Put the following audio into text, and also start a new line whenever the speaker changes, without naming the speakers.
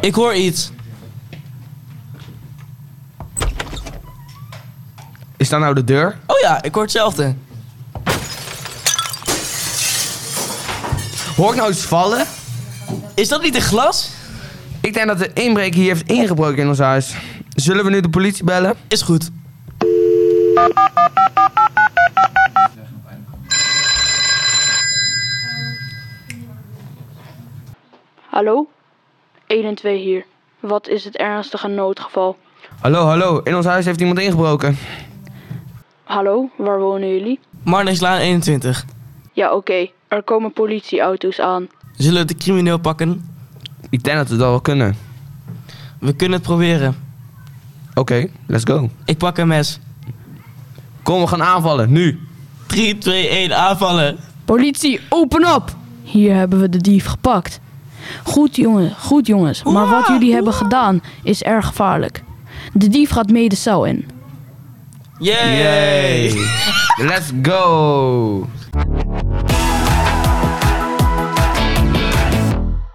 Ik hoor iets.
Is dat nou de deur?
Oh ja, ik hoor hetzelfde.
Hoor ik nou iets vallen?
Is dat niet een glas?
Ik denk dat de inbreker hier heeft ingebroken in ons huis. Zullen we nu de politie bellen?
Is goed.
Hallo? 1 en 2 hier. Wat is het ernstige noodgeval?
Hallo, hallo. In ons huis heeft iemand ingebroken.
Hallo, waar wonen jullie?
Marnixlaan 21.
Ja, oké. Er komen politieauto's aan.
Zullen we de crimineel pakken?
Ik denk dat we dat wel kunnen.
We kunnen het proberen.
Oké, let's go.
Ik pak een mes.
Kom, we gaan aanvallen. Nu.
3, 2, 1, aanvallen.
Politie, open op! Hier hebben we de dief gepakt. Goed jongens, goed jongens. Maar wat jullie hebben gedaan is erg gevaarlijk. De dief gaat mee de cel in.
Yay!
Yay. let's go.